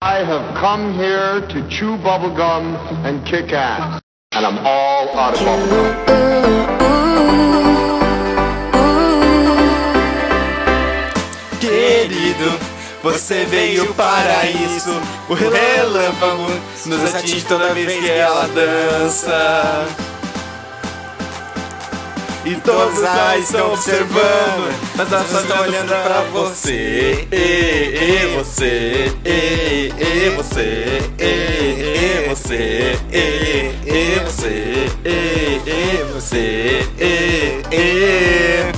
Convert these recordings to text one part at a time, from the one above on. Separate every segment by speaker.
Speaker 1: I have come here to chew bubblegum and kick ass. And I'm all out of bubblegum.
Speaker 2: Querido, você veio para isso. O relâmpago nos atinge toda vez que ela dança. E todos lá estão observando, mas elas só estão olhando pra você. E, e você, e, e você, e, e você, e, e você, e, e você, e, e.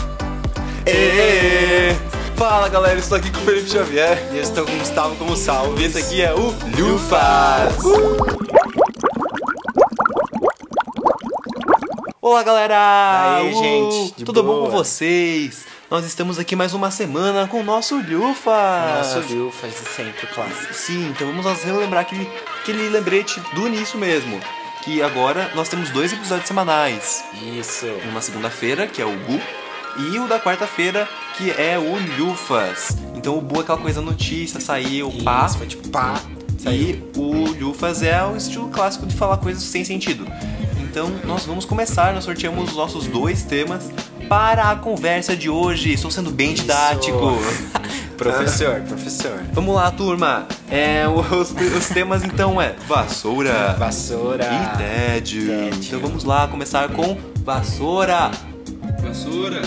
Speaker 2: E... Fala galera, eu estou aqui com o Felipe Xavier e eu estou com o Gustavo como salve. Esse aqui é o Lufas.
Speaker 3: Olá, galera!
Speaker 2: Daí, gente, de
Speaker 3: Tudo
Speaker 2: boa?
Speaker 3: bom com vocês? Nós estamos aqui mais uma semana com o nosso Lufa!
Speaker 2: Nosso Lufas de sempre clássico.
Speaker 3: Sim, então vamos nós relembrar aquele, aquele lembrete do início mesmo. Que agora nós temos dois episódios semanais.
Speaker 2: Isso.
Speaker 3: Uma segunda-feira, que é o Gu, e o da quarta-feira, que é o Lufas. Então o Bu é aquela coisa notícia, saiu, pá.
Speaker 2: Isso, foi tipo pá.
Speaker 3: E o Lufas é o estilo clássico de falar coisas sem sentido. Então nós vamos começar, nós sorteamos os nossos dois temas para a conversa de hoje. Estou sendo bem didático.
Speaker 2: Professor, professor.
Speaker 3: Vamos lá, turma. É, os, os temas então é vassoura
Speaker 2: Vassoura.
Speaker 3: e tédio.
Speaker 2: tédio.
Speaker 3: Então vamos lá começar com vassoura.
Speaker 4: Vassoura.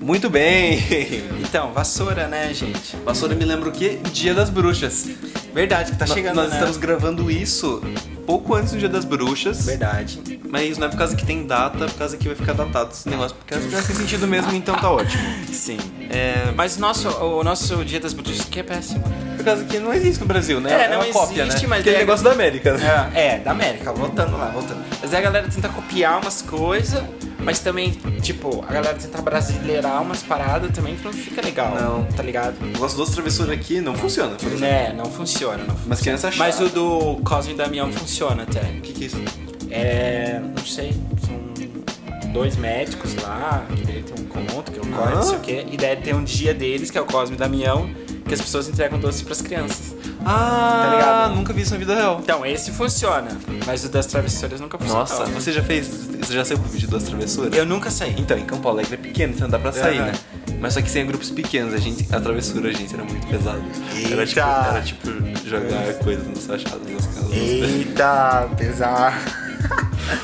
Speaker 3: Muito bem.
Speaker 2: Então, vassoura, né, gente?
Speaker 3: Vassoura me lembra o quê? Dia das Bruxas.
Speaker 2: Verdade que tá
Speaker 3: No-
Speaker 2: chegando,
Speaker 3: nós
Speaker 2: né?
Speaker 3: estamos gravando isso pouco antes do Dia das Bruxas.
Speaker 2: Verdade.
Speaker 3: Mas não é por causa que tem data, é por causa que vai ficar datado esse negócio, porque não faz sentido mesmo, então tá ótimo.
Speaker 2: Sim. É... Mas nosso, o nosso Dia das Bruxas que é péssimo.
Speaker 3: Por causa que não existe no Brasil, né?
Speaker 2: É,
Speaker 3: uma
Speaker 2: não
Speaker 3: cópia,
Speaker 2: existe,
Speaker 3: né?
Speaker 2: mas
Speaker 3: Porque é
Speaker 2: é-
Speaker 3: negócio da América, né?
Speaker 2: É, é, da América, voltando lá, voltando. Mas aí a galera tenta copiar umas coisas, mas também, tipo, a galera tenta brasileirar umas paradas também que não fica legal.
Speaker 3: Não.
Speaker 2: Tá ligado?
Speaker 3: O nosso doce travessura aqui não funciona, por exemplo.
Speaker 2: Né, não funciona, não funciona.
Speaker 3: Mas criança chata.
Speaker 2: Mas o do Cosme e Damião funciona até.
Speaker 3: O que, que é isso?
Speaker 2: É. Não sei. São dois médicos lá, que daí tem um conto, que é o Cosme, não sei o quê. E daí tem um dia deles, que é o Cosme e Damião, que as pessoas entregam doce pras crianças.
Speaker 3: Ah,
Speaker 2: Tá ligado?
Speaker 3: nunca vi isso na vida real.
Speaker 2: Então, esse funciona, mas o das travessuras nunca funciona.
Speaker 3: Nossa, você já fez. Você já saiu pro vídeo doce travessura?
Speaker 2: Eu nunca saí.
Speaker 3: Então, em Campo Alegre é pequeno, então dá pra sair,
Speaker 2: Aham.
Speaker 3: né? Mas só que sem grupos pequenos, a gente. A travessura, a gente, era muito pesado. Era tipo,
Speaker 2: Eita.
Speaker 3: era tipo jogar coisas nos achados nas casas.
Speaker 2: Eita, pesado.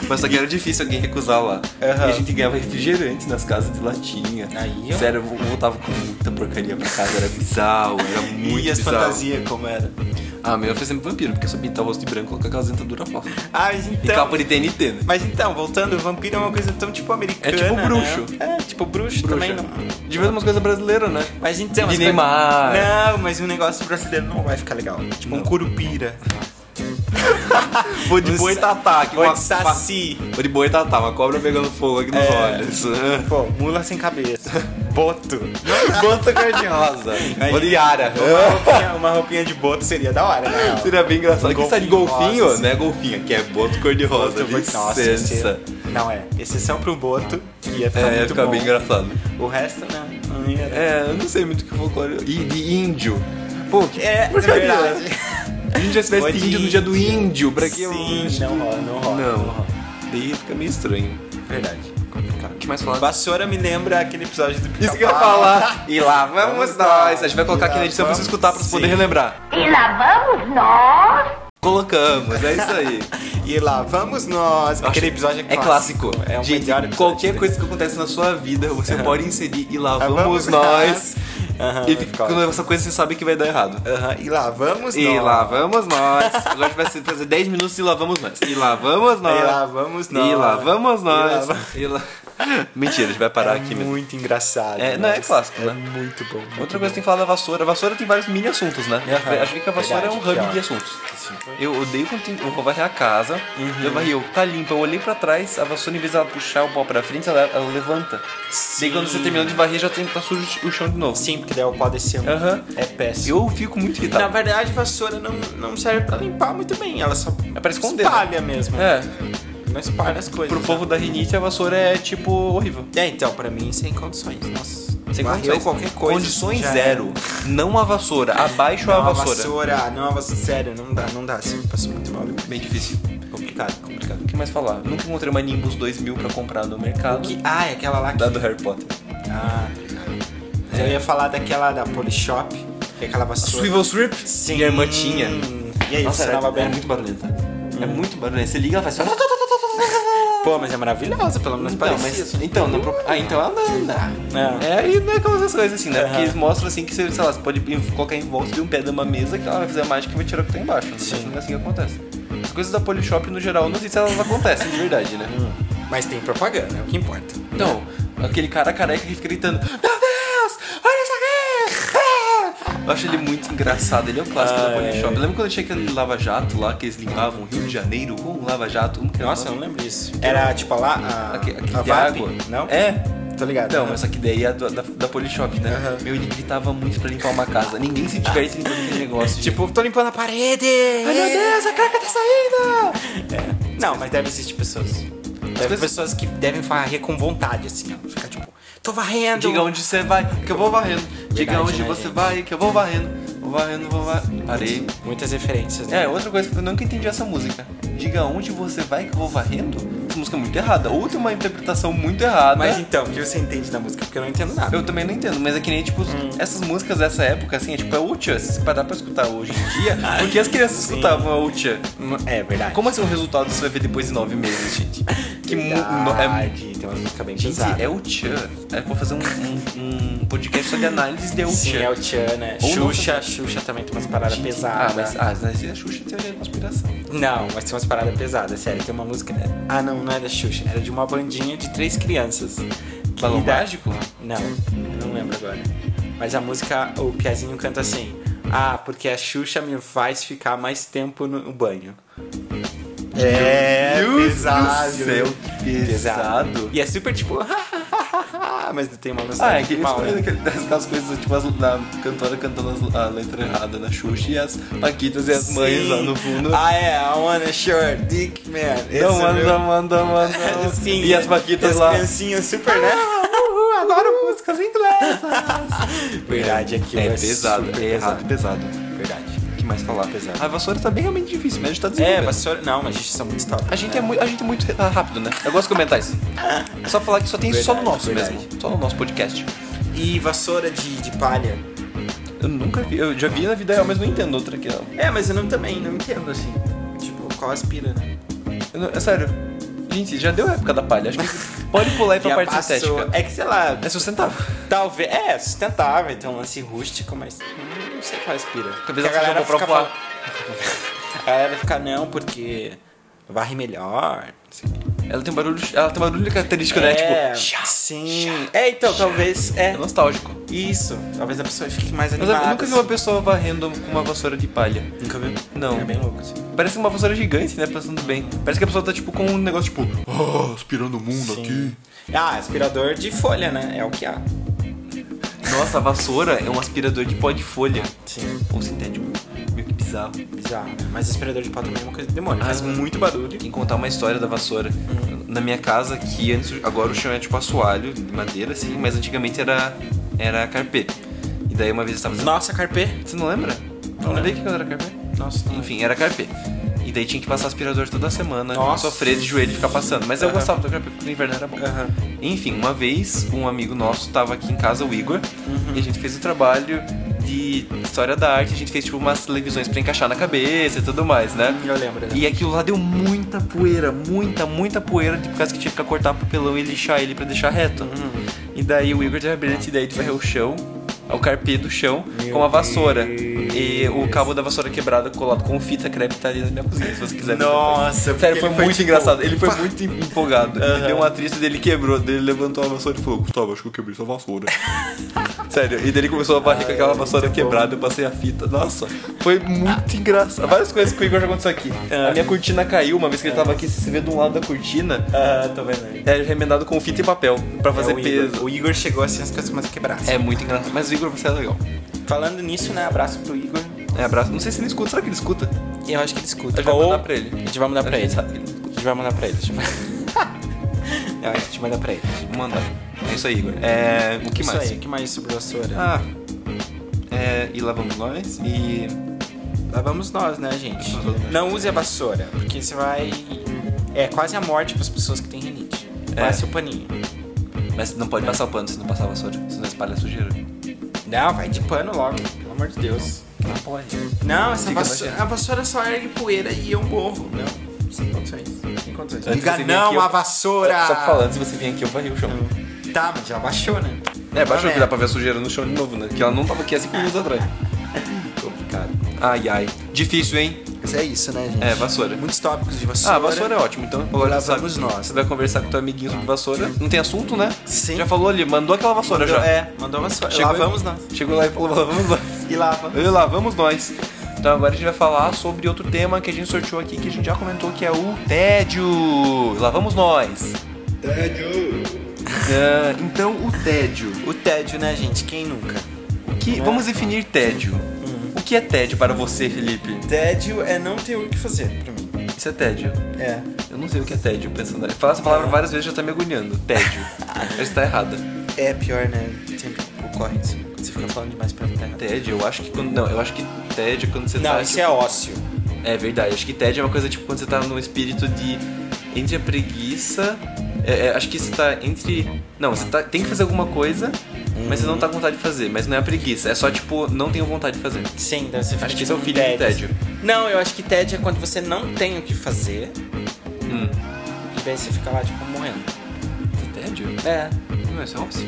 Speaker 3: Mas só que era difícil alguém recusar lá.
Speaker 2: Aham.
Speaker 3: E a gente ganhava refrigerante nas casas de latinha.
Speaker 2: Aí, ó.
Speaker 3: Sério, eu voltava com muita porcaria pra casa. Era bizarro, era muito
Speaker 2: E as
Speaker 3: bizarro.
Speaker 2: fantasias, como era?
Speaker 3: Ah, meu, eu fui sempre vampiro, porque eu só pintava o rosto de branco e colocava aquelas dentaduras falsas.
Speaker 2: Ah, mas
Speaker 3: E
Speaker 2: então.
Speaker 3: capa de TNT, né?
Speaker 2: Mas então, voltando, o vampiro é uma coisa tão tipo americana.
Speaker 3: É tipo
Speaker 2: né?
Speaker 3: bruxo.
Speaker 2: É, tipo bruxo, também não.
Speaker 3: De vez umas coisas brasileiras, né?
Speaker 2: Mas então.
Speaker 3: De
Speaker 2: as
Speaker 3: Neymar. Hum,
Speaker 2: coisas- Não, mas um negócio brasileiro não vai ficar legal. Tipo um curupira.
Speaker 3: Vou de boi tá tatá. que
Speaker 2: Ou
Speaker 3: uma-
Speaker 2: de saci.
Speaker 3: Vou de boi tatá, uma cobra pegando fogo aqui nos
Speaker 2: É.
Speaker 3: olhos.
Speaker 2: Pô, mula sem cabeça. Boto.
Speaker 3: Bota cor-de-rosa.
Speaker 2: Aí.
Speaker 3: Vou de Yara.
Speaker 2: Uma roupinha, uma roupinha de boto seria da hora, né?
Speaker 3: Seria bem engraçado. Que
Speaker 2: Golfinho
Speaker 3: sai de golfinho,
Speaker 2: rosa,
Speaker 3: né? Golfinho, que é boto cor-de-rosa. Licença.
Speaker 2: Nossa, esse- Não, é. Exceção pro boto, que ia ficar
Speaker 3: É, ia
Speaker 2: muito
Speaker 3: ficar
Speaker 2: bom.
Speaker 3: bem engraçado.
Speaker 2: O resto, né? Não ia-
Speaker 3: É, eu não sei muito o que folclore. E de índio. Ppô, que
Speaker 2: É, é
Speaker 3: porcaria.
Speaker 2: verdade.
Speaker 3: A gente já se
Speaker 2: Foi
Speaker 3: veste
Speaker 2: de
Speaker 3: índio no dia do índio. Pra que eu-
Speaker 2: Sim, não rola, não rola.
Speaker 3: Não.
Speaker 2: rola.
Speaker 3: Daí fica meio estranho.
Speaker 2: Verdade. Complicado.
Speaker 3: O que mais falar?
Speaker 2: Vassoura me lembra aquele episódio do
Speaker 3: Isso que eu ia
Speaker 2: Pica-Pau.
Speaker 3: falar. E lá vamos
Speaker 2: Vamos lá.
Speaker 3: nós. A gente vai colocar
Speaker 2: E
Speaker 3: aqui
Speaker 2: lá
Speaker 3: na edição pra você
Speaker 2: vamos.
Speaker 3: escutar pra você poder
Speaker 2: Sim.
Speaker 3: relembrar.
Speaker 5: E lá vamos nós.
Speaker 3: Colocamos, é isso aí.
Speaker 2: E lá vamos nós. Aquele episódio é
Speaker 3: É clássico.
Speaker 2: clássico. É um
Speaker 3: Gente,
Speaker 2: melhor episódio.
Speaker 3: Qualquer coisa que acontece na sua vida, você pode inserir e lá
Speaker 2: Ah,
Speaker 3: vamos,
Speaker 2: vamos
Speaker 3: nós.
Speaker 2: Aham,
Speaker 3: e
Speaker 2: vai
Speaker 3: fica-
Speaker 2: ficar
Speaker 3: quando essa coisa você sabe que vai dar errado.
Speaker 2: Aham, E lá vamos
Speaker 3: E
Speaker 2: nós.
Speaker 3: lá vamos nós. Agora a gente vai se fazer 10 minutos e lá vamos nós. E lá vamos nós.
Speaker 2: E lá vamos
Speaker 3: E
Speaker 2: nós.
Speaker 3: lá vamos
Speaker 2: E lá
Speaker 3: nós.
Speaker 2: va-
Speaker 3: E lá- Mentira, a gente vai parar
Speaker 2: É
Speaker 3: aqui mesmo.
Speaker 2: muito engraçado.
Speaker 3: É, não, é
Speaker 2: nossa.
Speaker 3: clássico,
Speaker 2: É
Speaker 3: né?
Speaker 2: muito bom. muito
Speaker 3: Outra coisa que tem que falar da vassoura. A vassoura tem vários mini assuntos, né?
Speaker 2: Aham.
Speaker 3: Acho que a vassoura
Speaker 2: Verdade,
Speaker 3: é um hub
Speaker 2: pior.
Speaker 3: de assuntos.
Speaker 2: Assim, foi.
Speaker 3: Eu odeio quando tem- eu vou varrer a casa,
Speaker 2: Uhum.
Speaker 3: eu varri, eu, tá limpa, eu olhei pra trás, a vassoura, em vez dela puxar o pau pra frente, ela, ela levanta. Daí quando você terminou de varrer, já tem, tá sujo o chão de novo.
Speaker 2: Sim, porque daí é o pó desceu.
Speaker 3: Aham.
Speaker 2: É péssimo.
Speaker 3: Eu fico muito
Speaker 2: Na
Speaker 3: irritado.
Speaker 2: verdade, vassoura não, não serve pra limpar muito bem. Ela só
Speaker 3: É pra esconder,
Speaker 2: espalha mesmo.
Speaker 3: É,
Speaker 2: Não espalha as coisas. né?
Speaker 3: pro povo da rinite, a vassoura é, tipo, horrível.
Speaker 2: É, então, pra mim, sem condições. Nossa.
Speaker 3: Sem
Speaker 2: Varreu
Speaker 3: condições.
Speaker 2: qualquer coisa,
Speaker 3: Condições
Speaker 2: já era.
Speaker 3: zero. Não a vassoura. Abaixo a
Speaker 2: Não, a
Speaker 3: vassoura.
Speaker 2: vassoura. Não, a vassoura. Sério, não dá, não dá. Assim, me passou muito mal.
Speaker 3: Bem difícil. Complicado, complicado. O que mais falar? Nunca encontrei uma Nimbus 2000 pra comprar no mercado.
Speaker 2: Que, ah, é aquela lá que...
Speaker 3: Da do Harry Potter.
Speaker 2: Ah, tá ligado. Mas Eu ia falar daquela da Polishop, que é aquela vassoura.
Speaker 3: Swivel Strip?
Speaker 2: Sim.
Speaker 3: Minha irmã tinha.
Speaker 2: E aí, né?
Speaker 3: Nossa,
Speaker 2: funcionava
Speaker 3: era,
Speaker 2: bem.
Speaker 3: era muito barulhenta.
Speaker 2: Hum.
Speaker 3: É muito barulhenta. Você liga, ela faz...
Speaker 2: Pô, mas é maravilhosa, pelo menos
Speaker 3: Então,
Speaker 2: parecia. assim.
Speaker 3: mas, então, não, pro- ah, então ela anda.
Speaker 2: É.
Speaker 3: É, aí não é aquelas outras coisas assim, né? Porque
Speaker 2: Aham.
Speaker 3: eles mostram assim que, você, sei lá, você pode colocar em volta de um pé de uma mesa que ela vai fazer a mágica e vai tirar o que tá embaixo. Né? Mas
Speaker 2: Sim.
Speaker 3: não é assim que acontece. As coisas da Polishop no geral, eu não sei se elas acontecem de verdade, né?
Speaker 2: Mas tem propaganda, é o que importa.
Speaker 3: Então, aquele cara careca que fica gritando: Meu Deus, olha isso aqui! Ah!" Eu acho ele muito engraçado, ele é um clássico da
Speaker 2: Ah,
Speaker 3: Polishop.
Speaker 2: é.
Speaker 3: Lembra quando tinha aquele Lava Jato lá, que eles limpavam o Rio de Janeiro com um Lava Jato? Como que era o
Speaker 2: Nossa, eu
Speaker 3: nome?
Speaker 2: não lembro disso. Era tipo lá a,
Speaker 3: Aquele, aquele
Speaker 2: a
Speaker 3: de
Speaker 2: VAP?
Speaker 3: água.
Speaker 2: Não?
Speaker 3: É.
Speaker 2: Tô ligado.
Speaker 3: Então,
Speaker 2: né?
Speaker 3: mas só que daí é a do- da, da Polishop, né?
Speaker 2: Aham.
Speaker 3: Meu, ele gritava muito pra limpar uma casa. Ninguém se diverte limpando aquele negócio. gente.
Speaker 2: Tipo, tô limpando a parede!
Speaker 3: Ai, meu Deus, a craca tá saindo!
Speaker 2: É. Não, mas deve existir pessoas. Deve
Speaker 3: coisas-
Speaker 2: pessoas que devem varrer com vontade, assim, ó. Ficar tipo, tô varrendo!
Speaker 3: Diga onde você vai, que eu vou varrendo. Diga
Speaker 2: Verdade,
Speaker 3: onde
Speaker 2: né,
Speaker 3: você
Speaker 2: gente?
Speaker 3: vai, que eu vou varrendo. Vou varrendo, vou varrendo. Parei.
Speaker 2: Muitas referências, né?
Speaker 3: É, outra coisa que eu nunca entendi essa música. Diga onde você vai que eu vou varrendo? Essa música é muito errada. Ou tem uma interpretação muito errada.
Speaker 2: Mas então, o que você entende da música? Porque eu não entendo nada.
Speaker 3: Eu também não entendo, mas é que nem, tipo,
Speaker 2: Hum.
Speaker 3: essas músicas dessa época, assim, é tipo, é Ucha, se parar pra escutar hoje em dia, porque as crianças escutavam a Ucha.
Speaker 2: É verdade.
Speaker 3: Como assim o resultado você vai ver depois de nove meses, gente? Que mu- no- é,
Speaker 2: Verdade, tem umas músicas bem
Speaker 3: gente,
Speaker 2: pesadas.
Speaker 3: é o Tchan. É pra fazer um, um- um podcast sobre análise de
Speaker 2: Sim, é
Speaker 3: Tchan.
Speaker 2: o Tchan, né?
Speaker 3: Ou não-
Speaker 2: Xuxa, Xuxa também tem umas paradas
Speaker 3: Ah,
Speaker 2: pesadas.
Speaker 3: mas ah, mas a Xuxa tem a conspiração.
Speaker 2: Não, mas tem umas paradas pesadas, sério. Tem uma música. Ah, não, não é da Xuxa. Era de uma bandinha de três crianças.
Speaker 3: Tá
Speaker 2: Que
Speaker 3: Balão
Speaker 2: dá-
Speaker 3: mágico?
Speaker 2: Não, eu não lembro agora. Mas a música, o Piazinho canta assim. Ah, porque a Xuxa me faz ficar mais tempo no banho. É,
Speaker 3: pesado. Pesado.
Speaker 2: E é super tipo. mas tem uma música
Speaker 3: Ah, é que eles
Speaker 2: mal,
Speaker 3: falam
Speaker 2: né?
Speaker 3: aquele- aquelas coisas, tipo, as, da cantora cantando as- a letra errada na Xuxa e as Paquitas e é as mães lá no fundo.
Speaker 2: Ah, é, I wanna short dick, man. Esse
Speaker 3: Não,
Speaker 2: é meu-
Speaker 3: manda, manda, manda.
Speaker 2: Sim,
Speaker 3: E as Paquitas
Speaker 2: as
Speaker 3: lá. Ah!
Speaker 2: criancinhas super, né?
Speaker 3: Adoro músicas inglesas.
Speaker 2: Verdade, aquilo
Speaker 3: É
Speaker 2: é
Speaker 3: pesado,
Speaker 2: super
Speaker 3: é errado, pesado.
Speaker 2: Verdade.
Speaker 3: O que mais falar?
Speaker 2: Pesado.
Speaker 3: A vassoura tá bem realmente difícil, mas a gente tá
Speaker 2: É,
Speaker 3: desenvolvendo.
Speaker 2: vassoura. Não, mas a gente são muito top.
Speaker 3: A gente é, muito, a gente é muito re- rápido, né? Eu gosto de comentar isso. É Só falar que só tem só no
Speaker 2: Verdade,
Speaker 3: nosso
Speaker 2: verdade.
Speaker 3: mesmo. Só no nosso podcast.
Speaker 2: E vassoura de, de palha.
Speaker 3: Eu nunca vi, eu já vi na vida real, mas não entendo outra aqui, não.
Speaker 2: É, mas eu não também, não entendo assim. Tipo, qual aspira, né?
Speaker 3: Eu não- é sério. Gente, já deu a época da palha. Acho que pode pular aí pra
Speaker 2: E a
Speaker 3: parte
Speaker 2: vassoura-
Speaker 3: estética.
Speaker 2: É que sei lá.
Speaker 3: É sustentável.
Speaker 2: Talvez. É, sustentável, tem um lance rústico, mas. hum, Não sei qual aspira.
Speaker 3: Talvez
Speaker 2: Porque
Speaker 3: ela seja comprar
Speaker 2: fica
Speaker 3: um
Speaker 2: fal- A galera fica, não, porque varre melhor. não sei o quê.
Speaker 3: Ela tem um barulho, ela tem um barulho característico, né?
Speaker 2: É,
Speaker 3: Tipo, chá,
Speaker 2: sim.
Speaker 3: chá.
Speaker 2: É, então, talvez. É.
Speaker 3: É nostálgico.
Speaker 2: Isso. Talvez a pessoa fique mais
Speaker 3: Mas
Speaker 2: animada.
Speaker 3: eu nunca vi uma pessoa varrendo com uma vassoura de palha.
Speaker 2: assim. Nunca viu?
Speaker 3: Não.
Speaker 2: É bem louco, assim.
Speaker 3: Parece uma vassoura gigante, né? Pensando bem. Parece que a pessoa tá tipo com um negócio tipo.
Speaker 4: Ah, aspirando o mundo aqui.
Speaker 2: Ah, aspirador de folha, né? É o que há.
Speaker 3: Nossa, a vassoura é um aspirador de pó de folha.
Speaker 2: Sim.
Speaker 3: Ou sintético. Meio que bizarro.
Speaker 2: Bizarro. Mas aspirador de pó também é uma coisa de demônio.
Speaker 3: Ah.
Speaker 2: Faz muito barulho.
Speaker 3: Tem que contar uma história da vassoura. Na minha casa, que antes, agora o chão é tipo assoalho, de madeira assim, mas antigamente era, era carpê. E daí uma vez eu estava fazendo.
Speaker 2: Nossa, carpê.
Speaker 3: Você não lembra? Não lembra que quando era carpê?
Speaker 2: Nossa, não.
Speaker 3: Enfim, era carpê. E daí tinha que passar aspirador toda semana,
Speaker 2: Nossa.
Speaker 3: sofrer de joelho e ficar passando. Mas eu
Speaker 2: Aham.
Speaker 3: gostava do carpê porque no inverno era bom.
Speaker 2: Aham.
Speaker 3: Enfim, uma vez um amigo nosso tava aqui em casa, o Igor, e a gente fez o trabalho de história da arte, a gente fez tipo umas televisões pra encaixar na cabeça e tudo mais, né?
Speaker 2: Eu lembro, eu lembro.
Speaker 3: E aquilo lá deu muita poeira, muita, muita poeira, de por causa que tinha que ficar cortar papelão e lixar ele pra deixar reto. E daí o Igor teve a brilhante ideia de varrer o chão, o carpê do chão, com a vassoura. E o cabo da vassoura quebrado colado com fita crepe tá ali na minha cozinha, se você quiser ver.
Speaker 2: Nossa,
Speaker 3: depois. Sério,
Speaker 2: porque
Speaker 3: foi
Speaker 2: ele foi
Speaker 3: muito
Speaker 2: tipo,
Speaker 3: engraçado. Ele foi muito em- empolgado. Ele deu um atrito dele quebrou, dele levantou a vassoura e falou: Gustavo, acho que eu quebrei sua vassoura. Sério, e daí ele começou a varrer com
Speaker 2: é
Speaker 3: aquela vassoura quebrada, eu passei a fita. Nossa, foi muito engraçado. Várias coisas que o Igor já aconteceu aqui.
Speaker 2: É.
Speaker 3: A minha cortina caiu, uma vez que ele tava aqui, se você vê de um lado da cortina,
Speaker 2: Ah, tô vendo aí. É
Speaker 3: é remendado com fita e papel pra fazer
Speaker 2: o
Speaker 3: peso.
Speaker 2: Igor. O Igor chegou assim, as coisas mais quebradas.
Speaker 3: É muito engraçado. Mas o Igor, você é legal.
Speaker 2: Falando nisso, né? Abraço pro Igor.
Speaker 3: É, abraço. Não sei se ele escuta, será que ele escuta?
Speaker 2: Eu acho que ele escuta.
Speaker 3: A gente vai
Speaker 2: Ou-
Speaker 3: mandar pra ele.
Speaker 2: A gente vai mandar pra
Speaker 3: A gente
Speaker 2: ele.
Speaker 3: sabe que
Speaker 2: A gente vai mandar pra ele. deixa eu- Não, a gente manda pra ele.
Speaker 3: Manda.
Speaker 6: É isso aí, Igor. É, o que
Speaker 2: Isso
Speaker 6: mais?
Speaker 2: aí, o que mais sobre a Sora?
Speaker 6: Ah, é, e lá vamos nós.
Speaker 2: E lá vamos nós, né, gente? Não use a vassoura, porque você vai. É quase a morte para as pessoas que têm rinite.
Speaker 6: É.
Speaker 2: Passe o paninho.
Speaker 6: Mas não pode passar o pano se não passar a vassoura, se não espalha a sujeira.
Speaker 2: Não, vai de pano logo, pelo amor de Deus.
Speaker 6: Não pode.
Speaker 2: Não, essa
Speaker 6: Fica
Speaker 2: vassoura,
Speaker 6: nojento.
Speaker 2: a vassoura só ergue poeira e eu morro. Não, sem condições. Sem condições.
Speaker 6: Antes
Speaker 2: Diga
Speaker 6: você vinha aqui,
Speaker 2: não
Speaker 6: eu-
Speaker 2: a vassoura!
Speaker 3: Só pra falar, antes de você vir aqui, eu varri o chão.
Speaker 2: Tá, mas já baixou, né?
Speaker 3: É, baixou
Speaker 2: Tá
Speaker 3: que dá
Speaker 2: merda.
Speaker 3: pra ver a sujeira no chão de novo, né? Que ela não tava aqui há 5 minutos atrás. Complicado.
Speaker 6: Ai, ai. Difícil, hein?
Speaker 2: Mas é isso, né, gente?
Speaker 6: É, vassoura.
Speaker 2: Muitos tópicos de vassoura.
Speaker 3: Ah, vassoura é ótimo, então.
Speaker 2: Lá
Speaker 3: Agora você sabe.
Speaker 2: vamos nós.
Speaker 3: Você vai conversar com teu amiguinho sobre vassoura. Não tem assunto, né?
Speaker 2: Sim.
Speaker 3: Já falou ali, mandou aquela vassoura
Speaker 2: Mandou-
Speaker 3: já.
Speaker 2: É, mandou vassoura.
Speaker 3: Chegou
Speaker 2: lá
Speaker 3: aí.
Speaker 2: vamos nós.
Speaker 3: Chegou lá e falou, "Lá vamos lá.
Speaker 2: E lá vamos.
Speaker 3: E lá, vamos nós. Então agora a gente vai falar sobre outro tema que a gente sorteou aqui, que a gente já comentou, que é o tédio. E Lá vamos nós. Tédio. então, o tédio.
Speaker 2: O tédio, né, gente? Quem nunca?
Speaker 3: O que, Vamos definir tédio. O que é tédio para você, Felipe?
Speaker 2: Tédio é não ter o que fazer pra mim.
Speaker 3: Isso é tédio.
Speaker 2: É.
Speaker 3: Eu não sei o que é tédio, pensando. Eu falo essa palavra várias vezes e já tá me agoniando. Tédio. Ela está errada.
Speaker 2: É pior, né? Sempre ocorre isso. Quando Você fica falando demais pra terra.
Speaker 3: Tédio, eu acho que quando. Não, eu acho que tédio é quando você
Speaker 2: Não,
Speaker 3: tá.
Speaker 2: isso
Speaker 3: tipo,
Speaker 2: é ócio.
Speaker 3: É verdade, acho que tédio é uma coisa tipo quando você tá num espírito de. Entre a preguiça. é, é, acho que você tá entre. Não, você tá- tem que fazer alguma coisa, mas você não tá com vontade de fazer. Mas não é a preguiça, é só tipo, não tenho vontade de fazer.
Speaker 2: Sim, daí você fica
Speaker 3: Acho que
Speaker 2: tipo,
Speaker 3: esse é o
Speaker 2: com
Speaker 3: filho do tédio.
Speaker 2: Não, eu acho que tédio é quando você não tem o que fazer.
Speaker 3: Hum.
Speaker 2: E daí você fica lá, tipo, morrendo.
Speaker 3: Isso é tédio?
Speaker 2: É.
Speaker 3: Não, isso é ócio.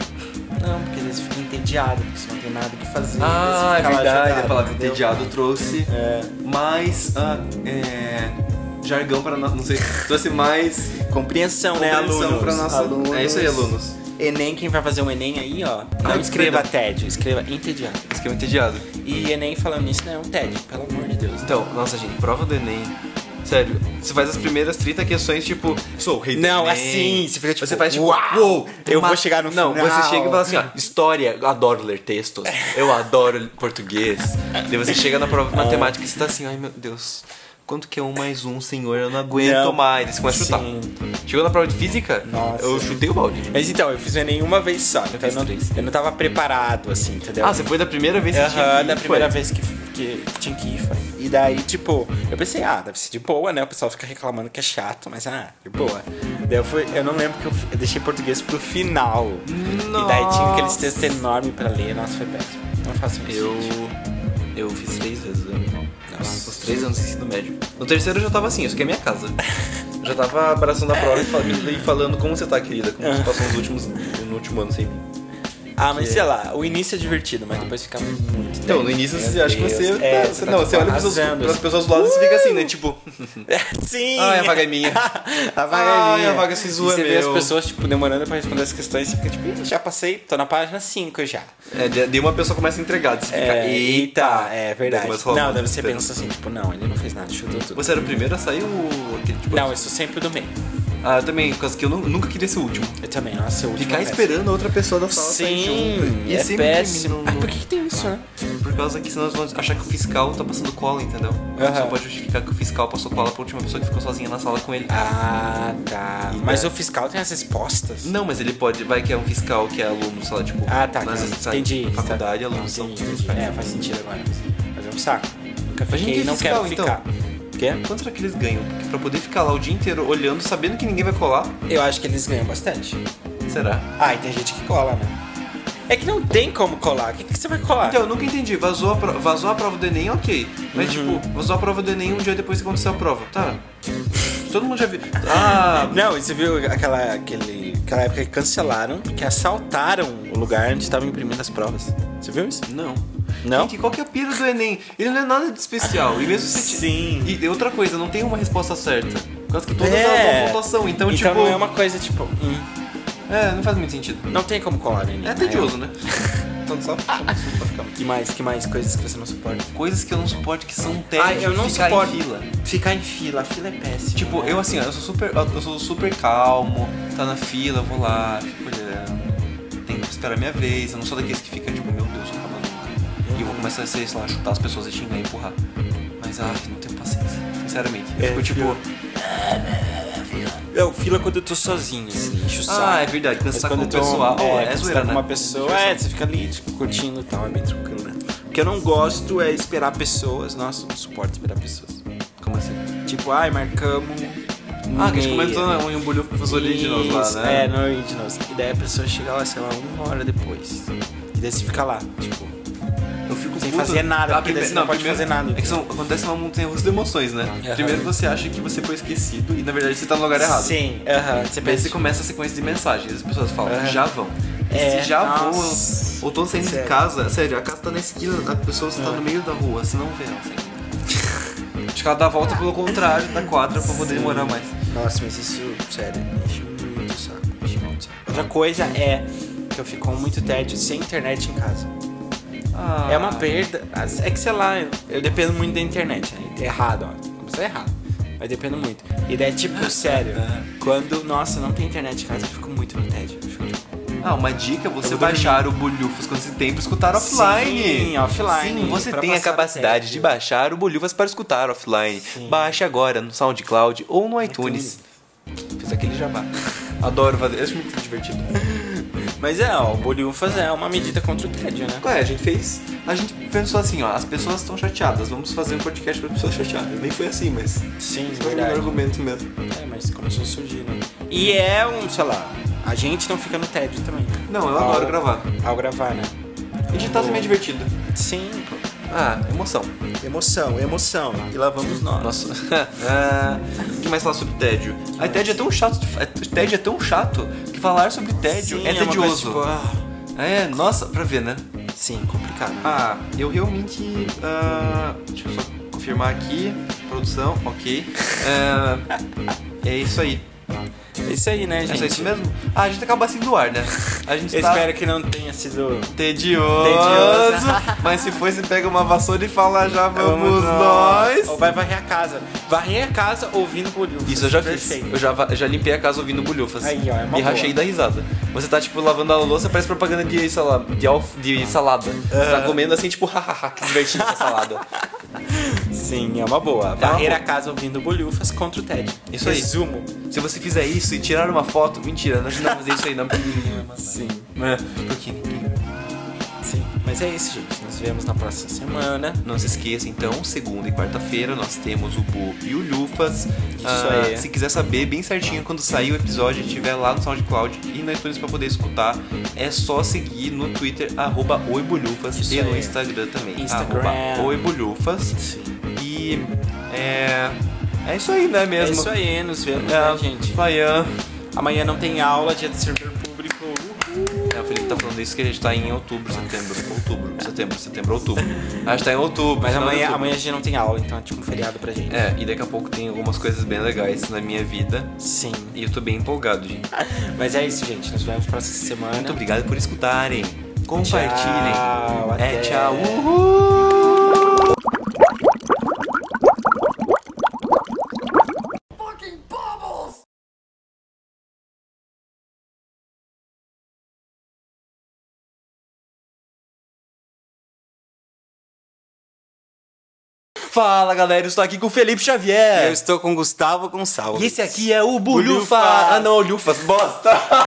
Speaker 2: Não, porque daí você fica entediado, porque você não tem nada o que fazer.
Speaker 3: Ah,
Speaker 2: daí
Speaker 3: é
Speaker 2: você fica lá
Speaker 3: verdade,
Speaker 2: jogado,
Speaker 3: a palavra
Speaker 2: entendeu?
Speaker 3: entediado trouxe.
Speaker 2: É.
Speaker 3: mais ah, é, jargão para nós, não sei, trouxe mais
Speaker 2: Compreensão, né,
Speaker 3: compreensão
Speaker 2: alunos?
Speaker 3: pra nossa.
Speaker 2: alunos?
Speaker 3: É isso aí, alunos.
Speaker 2: Enem, quem vai fazer um Enem aí, ó. Não
Speaker 3: Ah,
Speaker 2: escreva
Speaker 3: perdão.
Speaker 2: tédio, escreva entediado.
Speaker 3: Esquema é entediado.
Speaker 2: E Enem falando nisso, né? É um tédio, pelo amor de Deus.
Speaker 3: Então, nossa gente, prova do Enem. Sério, você faz as primeiras 30 questões, tipo, sou o rei do
Speaker 2: Não,
Speaker 3: Enem.
Speaker 2: assim, você fica tipo,
Speaker 3: Você faz tipo,
Speaker 2: uau,
Speaker 3: uou,
Speaker 2: eu vou chegar no
Speaker 3: Não,
Speaker 2: final.
Speaker 3: você chega e fala assim, ó, história, eu adoro ler textos, eu adoro português. Daí você chega na prova de matemática e você tá assim, ai meu Deus, quanto que é um mais um, senhor? Eu não aguento
Speaker 2: Não.
Speaker 3: mais. Daí Você começa a
Speaker 2: Sim.
Speaker 3: chutar. Chegou na prova de física,
Speaker 2: Nossa.
Speaker 3: eu chutei o balde.
Speaker 2: Mas então, eu fiz o Enem uma vez só, então
Speaker 3: fiz
Speaker 2: eu não,
Speaker 3: três.
Speaker 2: eu não tava preparado, assim, entendeu?
Speaker 3: Ah, você foi da primeira vez que
Speaker 2: Aham,
Speaker 3: tinha que ir,
Speaker 2: da primeira
Speaker 3: foi.
Speaker 2: vez que, que, que tinha que ir, foi. E daí, tipo, eu pensei, ah, deve ser de boa, né? O pessoal fica reclamando que é chato, mas ah, de boa. Daí eu fui, eu não lembro que eu, eu deixei português pro final. E daí tinha aqueles textos enormes pra ler, nossa, foi péssimo. Não faço isso.
Speaker 3: Eu.
Speaker 2: gente.
Speaker 3: Eu fiz três vezes, né? velho. Nossa, os três anos de ensino médio. No terceiro eu já tava assim, isso aqui é minha casa. Eu já tava abraçando a prova e fal- e falando como você tá, querida, como você passou os últimos, no último ano assim?" sem mim.
Speaker 2: Ah, mas sei lá, o início é divertido, mas depois fica muito
Speaker 3: Então, no início você acha que você.
Speaker 2: É,
Speaker 3: tá-
Speaker 2: você
Speaker 3: você
Speaker 2: tá,
Speaker 3: não,
Speaker 2: tipo,
Speaker 3: você olha pras,
Speaker 2: arrasando. É,
Speaker 3: pras pessoas do lado e você fica assim, né? Tipo,
Speaker 2: Sim!
Speaker 3: ai, a vaga é minha.
Speaker 2: A vaga é
Speaker 3: Ai,
Speaker 2: minha.
Speaker 3: a vaga se zoa,
Speaker 2: e você vê as
Speaker 3: meu.
Speaker 2: pessoas, tipo, demorando pra responder as questões, você fica tipo, "Ih, já passei, tô na página 5 já.
Speaker 3: É, de- de uma pessoa começa a entregar, você fica,
Speaker 2: É, eita,
Speaker 3: É, eita.
Speaker 2: é verdade.
Speaker 3: Daí começa a rolar
Speaker 2: Não,
Speaker 3: um
Speaker 2: deve você
Speaker 3: desespero.
Speaker 2: pensa assim, tipo, não, ele não fez nada, chutou tudo.
Speaker 3: Você era o primeiro a sair ou aquele tipo?
Speaker 2: Não, eu sou sempre o do meio.
Speaker 3: Ah, eu também, por causa que eu nu- nunca queria ser o último.
Speaker 2: Eu também, nossa, eu
Speaker 3: Ficar esperando a outra pessoa da sala sair
Speaker 2: Sim,
Speaker 3: junto.
Speaker 2: é
Speaker 3: sempre
Speaker 2: péssimo.
Speaker 3: termina
Speaker 2: Ah,
Speaker 3: no-
Speaker 2: por que, que tem isso, né?
Speaker 3: Por causa que senão eles vão achar que o fiscal tá passando cola, entendeu? A pessoa pode justificar que o fiscal passou cola pra última pessoa que ficou sozinha na sala com ele.
Speaker 2: Ah, tá. Mas o fiscal tem as respostas?
Speaker 3: Não, mas ele pode. Vai que é um fiscal que é aluno, sei lá, tipo.
Speaker 2: Ah, tá.
Speaker 3: Nas,
Speaker 2: não,
Speaker 3: sabe,
Speaker 2: entendi.
Speaker 3: Faculdade,
Speaker 2: Tá.
Speaker 3: alunos
Speaker 2: Entendi,
Speaker 3: são
Speaker 2: entendi. É, faz sentido agora. Mas é um saco. Nunca
Speaker 3: Mas a gente
Speaker 2: fiquei,
Speaker 3: é
Speaker 2: não
Speaker 3: fiscal,
Speaker 2: quero
Speaker 3: então.
Speaker 2: ficar. O quê?
Speaker 3: Quanto será que eles ganham? Porque pra poder ficar lá o dia inteiro olhando, sabendo que ninguém vai colar,
Speaker 2: Eu acho que eles ganham bastante.
Speaker 3: será?
Speaker 2: Ah, e tem gente que cola, né? É que não tem como colar. O que, que você vai colar?
Speaker 3: Então, eu nunca entendi. Vazou a, pro- vazou a prova do Enem, ok. Mas,
Speaker 2: Uhum.
Speaker 3: tipo, vazou a prova do Enem um dia depois que aconteceu a prova. Tá. Todo mundo já viu. Ah,
Speaker 2: Não, e você viu aquela, aquele, aquela época que cancelaram, que assaltaram o lugar onde estavam imprimindo as provas. Você viu isso?
Speaker 3: Não.
Speaker 2: Não?
Speaker 3: Gente, qual que é a pira do Enem? Ele não é nada de especial. E mesmo se ti-
Speaker 2: Sim.
Speaker 3: E outra coisa, não tem uma resposta certa. Por causa que todas elas
Speaker 2: É.
Speaker 3: dão pontuação. Então,
Speaker 2: então
Speaker 3: tipo.
Speaker 2: não é uma coisa tipo. hum,
Speaker 3: É, não faz muito sentido.
Speaker 2: não tem como colar, menino.
Speaker 3: É tedioso, né? então só pra ficar.
Speaker 2: Que mais, que mais coisas que você não suporta?
Speaker 3: Coisas que eu não suporto que são tédio.
Speaker 2: Ai, eu não
Speaker 3: ficar
Speaker 2: suporto.
Speaker 3: Em fila.
Speaker 2: Ficar em fila, a fila é péssima.
Speaker 3: Tipo,
Speaker 2: né?
Speaker 3: eu assim, ó, eu sou super. Eu sou super calmo, tá na fila, eu vou lá, fico olhando. Tenho que esperar a minha vez. Eu não sou daqueles que fica, tipo, meu Deus, não acaba nunca. E eu vou começar a sei lá, chutar as pessoas e xingar e empurrar. Mas ah, não tenho paciência, sinceramente. Eu
Speaker 2: É,
Speaker 3: fico tipo.
Speaker 2: Eu, É fila quando eu tô sozinho, assim, enche o saco.
Speaker 3: Ah, é verdade, quando você tá com o
Speaker 2: eu tô-
Speaker 3: pessoal.
Speaker 2: É,
Speaker 3: é,
Speaker 2: quando você
Speaker 3: zoeira,
Speaker 2: tá com
Speaker 3: né?
Speaker 2: uma pessoa, é, você fica ali, tipo, curtindo e tal, é bem tranquilo, né? O que eu não gosto é esperar pessoas. Nossa, eu não suporto esperar pessoas.
Speaker 3: Como assim?
Speaker 2: Tipo, ai, marcamos.
Speaker 3: Ah, que a gente
Speaker 2: meia.
Speaker 3: comentou né, um embolhou pros originals lá,
Speaker 2: Isso,
Speaker 3: né?
Speaker 2: É, no Originals. E daí a pessoa chega lá, sei lá, uma hora depois. E daí você fica lá, tipo,
Speaker 3: Eu fico
Speaker 2: Sem
Speaker 3: puto.
Speaker 2: fazer nada,
Speaker 3: Ah,
Speaker 2: porque daí
Speaker 3: prime-
Speaker 2: você não pode fazer nada,
Speaker 3: É que são, acontece uma montanha russa de emoções, né? Primeiro você acha que você foi esquecido e na verdade você tá no lugar errado.
Speaker 2: Sim, aham. Você
Speaker 3: Daí
Speaker 2: pensa
Speaker 3: você começa a sequência de mensagens. As pessoas falam,
Speaker 2: Aham.
Speaker 3: já vão. E
Speaker 2: É,
Speaker 3: se já
Speaker 2: nossa.
Speaker 3: vão, ou tô saindo de
Speaker 2: Sério.
Speaker 3: casa, sério, a casa tá na esquina, a pessoa está no meio da rua, você não vê ela saindo. Acho que ela dá a volta pelo contrário da quadra pra poder demorar mais.
Speaker 2: Nossa, mas isso, sério, enche muito o saco, enche muito o saco. Outra coisa é que eu fico com muito tédio sem internet em casa.
Speaker 3: Ah.
Speaker 2: É uma perda. É que sei lá, eu, eu dependo muito da internet, né? Errado, ó. Isso é errado. Mas dependo muito. E daí, tipo, sério, quando, nossa, não tem internet em casa, eu fico muito no tédio. Eu fico, tipo,
Speaker 3: Ah, uma dica é você
Speaker 2: Eu vou
Speaker 3: baixar o Bolhufas quando você tem pra escutar offline.
Speaker 2: Sim, offline,
Speaker 3: Sim, você
Speaker 2: pra
Speaker 3: tem a
Speaker 2: passar
Speaker 3: capacidade
Speaker 2: tédio.
Speaker 3: de baixar o Bolhufas para escutar offline. Baixe agora no SoundCloud ou no iTunes. Fiz aquele jabá. Adoro fazer, acho muito divertido.
Speaker 2: Mas é, ó, o bolhufas é uma medida contra o tédio, né?
Speaker 3: Qual é, a gente fez. A gente pensou assim, ó, as pessoas estão chateadas, vamos fazer um podcast para pessoas chateadas. Nem foi assim, mas.
Speaker 2: Sim,
Speaker 3: Foi o melhor argumento mesmo.
Speaker 2: É, mas começou a surgir, né? E é um, sei lá, a gente não fica no tédio também.
Speaker 3: Não, eu adoro gravar.
Speaker 2: Ao gravar, né?
Speaker 3: Editar também é divertido.
Speaker 2: Sim, pô.
Speaker 3: Ah, emoção.
Speaker 2: Emoção, emoção. E lá vamos nós.
Speaker 3: Nossa. Ah, O que mais falar sobre tédio? A tédio é tão chato. é- Tédio é tão chato que falar sobre tédio
Speaker 2: Sim,
Speaker 3: é
Speaker 2: é uma coisa,
Speaker 3: tedioso.
Speaker 2: tipo,
Speaker 3: É, nossa, pra ver, né?
Speaker 2: Sim, complicado.
Speaker 3: Ah, eu realmente. ah, deixa eu só confirmar aqui. Produção, ok. Ah, é isso aí.
Speaker 2: É isso aí, né,
Speaker 3: É
Speaker 2: gente?
Speaker 3: só isso mesmo? Ah, a gente acaba assim do ar, né? A gente
Speaker 2: Eu
Speaker 3: tá
Speaker 2: espero que não tenha sido.
Speaker 3: tedioso.
Speaker 2: Tedioso.
Speaker 3: mas se for, você pega uma vassoura e fala já vamos,
Speaker 2: Ou
Speaker 3: nós.
Speaker 2: vai varrer a casa. Varrer a casa ouvindo bolhufas.
Speaker 3: Isso eu já fiz.
Speaker 2: Perfeito.
Speaker 3: Eu já, va- eu já limpei a casa ouvindo bolhufas.
Speaker 2: Aí, ó, é uma
Speaker 3: e rachei
Speaker 2: boa.
Speaker 3: da risada. Você tá, tipo, lavando a louça, parece propaganda de, sei lá, de, alf- de salada. Você tá comendo assim, tipo, hahaha, que divertido essa salada.
Speaker 2: Sim, é uma boa. Varrer a casa ouvindo bolhufas contra o tédio.
Speaker 3: Isso aí.
Speaker 2: Resumo.
Speaker 3: Se você fizer isso e tirar uma foto, mentira, nós não vamos fazer isso aí, não, porque ninguém vai mandar.
Speaker 2: Sim,
Speaker 3: É, porque ninguém.
Speaker 2: sim. Mas é isso, gente. Nos vemos na próxima semana.
Speaker 3: Não se esqueça, então, segunda e quarta-feira nós temos o Bu e o Lufas. Ah,
Speaker 2: Isso aí.
Speaker 3: Se quiser saber bem certinho quando sair o episódio, estiver lá no SoundCloud e no iTunes pra poder escutar, é só seguir no Twitter, arroba Oi Bolhufas,
Speaker 2: Isso
Speaker 3: e no
Speaker 2: aí.
Speaker 3: Instagram também,
Speaker 2: Instagram.
Speaker 3: arroba Oi Bolhufas.
Speaker 2: Sim.
Speaker 3: E é, é isso aí, né,
Speaker 2: É
Speaker 3: mesmo?
Speaker 2: isso aí, nos vemos,
Speaker 3: É,
Speaker 2: né, gente?
Speaker 3: Amanhã.
Speaker 2: Amanhã não tem aula, dia do servidor público.
Speaker 3: É, o Felipe tá falando isso que a gente tá em outubro, setembro, outubro, setembro, setembro, outubro. A gente tá em outubro. final
Speaker 2: Mas
Speaker 3: de
Speaker 2: amanhã,
Speaker 3: outubro.
Speaker 2: amanhã a gente não tem aula, então é tipo um feriado pra gente.
Speaker 3: É, e daqui a pouco tem algumas coisas bem legais na minha vida.
Speaker 2: Sim.
Speaker 3: E eu tô bem empolgado, gente.
Speaker 2: Mas é isso, gente. Nos vemos na próxima semana.
Speaker 3: Muito obrigado por escutarem. Compartilhem.
Speaker 2: Tchau,
Speaker 3: é,
Speaker 2: até.
Speaker 3: tchau. Uhul.
Speaker 7: Fucking bubbles!
Speaker 3: Fala, galera. Eu estou aqui com o Felipe
Speaker 2: Eu
Speaker 3: Xavier.
Speaker 2: estou com Gustavo Gonçalves.
Speaker 3: E esse aqui é o
Speaker 2: Bulhufa.
Speaker 3: Bulhufa. Ah, não, Bulhufas. Bosta.